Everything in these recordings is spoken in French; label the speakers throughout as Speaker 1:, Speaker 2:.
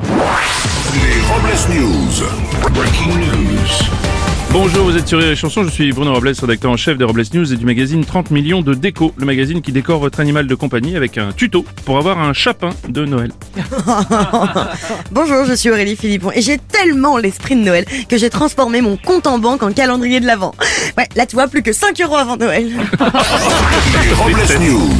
Speaker 1: Les Robles News. Breaking news.
Speaker 2: Bonjour, vous êtes sur Rire et Chanson, je suis Bruno Robles, rédacteur en chef des Robles News et du magazine 30 millions de déco, le magazine qui décore votre animal de compagnie avec un tuto pour avoir un chapin de Noël.
Speaker 3: Bonjour, je suis Aurélie Philippon et j'ai tellement l'esprit de Noël que j'ai transformé mon compte en banque en calendrier de l'Avent. Ouais, là tu vois plus que 5 euros avant Noël.
Speaker 1: Les Robles News.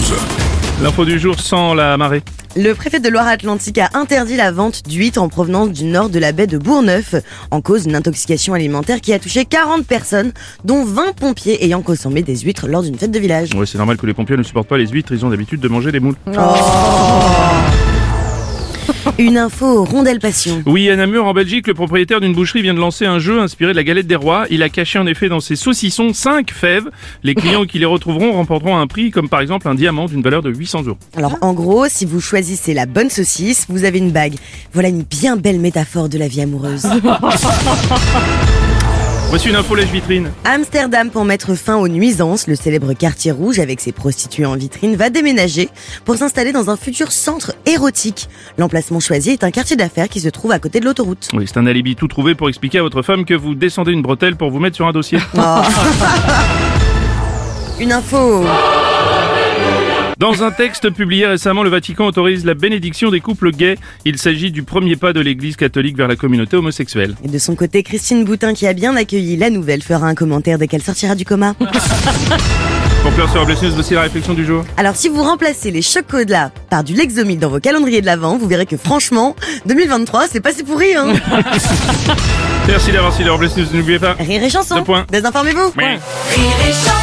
Speaker 2: L'info du jour sans la marée.
Speaker 3: Le préfet de Loire-Atlantique a interdit la vente d'huîtres en provenance du nord de la baie de Bourneuf en cause d'une intoxication alimentaire qui a touché 40 personnes, dont 20 pompiers ayant consommé des huîtres lors d'une fête de village.
Speaker 2: Ouais, c'est normal que les pompiers ne supportent pas les huîtres, ils ont l'habitude de manger les moules.
Speaker 3: Une info rondelle passion.
Speaker 2: Oui, à Namur, en Belgique, le propriétaire d'une boucherie vient de lancer un jeu inspiré de la galette des rois. Il a caché en effet dans ses saucissons 5 fèves. Les clients qui les retrouveront remporteront un prix, comme par exemple un diamant d'une valeur de 800 euros.
Speaker 3: Alors en gros, si vous choisissez la bonne saucisse, vous avez une bague. Voilà une bien belle métaphore de la vie amoureuse.
Speaker 2: Voici une info lèche vitrine.
Speaker 3: Amsterdam, pour mettre fin aux nuisances, le célèbre quartier rouge avec ses prostituées en vitrine va déménager pour s'installer dans un futur centre érotique. L'emplacement choisi est un quartier d'affaires qui se trouve à côté de l'autoroute.
Speaker 2: Oui, c'est un alibi tout trouvé pour expliquer à votre femme que vous descendez une bretelle pour vous mettre sur un dossier.
Speaker 3: Une info
Speaker 2: Dans un texte publié récemment, le Vatican autorise la bénédiction des couples gays. Il s'agit du premier pas de l'Église catholique vers la communauté homosexuelle.
Speaker 3: Et de son côté, Christine Boutin, qui a bien accueilli la nouvelle, fera un commentaire dès qu'elle sortira du coma.
Speaker 2: Pour clore sur Robles News, voici la réflexion du jour.
Speaker 3: Alors si vous remplacez les chocolats par du Lexomil dans vos calendriers de l'Avent, vous verrez que franchement, 2023, c'est passé pourri, hein
Speaker 2: Merci d'avoir suivi les Robles News, n'oubliez pas.
Speaker 3: Rire et chanson
Speaker 2: Deux points.
Speaker 3: Désinformez-vous
Speaker 2: Ouais.
Speaker 4: Rire et chanson